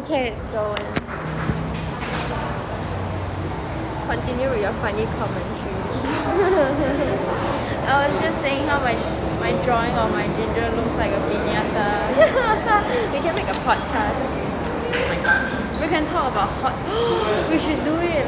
Okay, it's going. Continue with your funny commentary. I was just saying how my my drawing of my ginger looks like a pinata. we can make a podcast. We can talk about hot. we should do it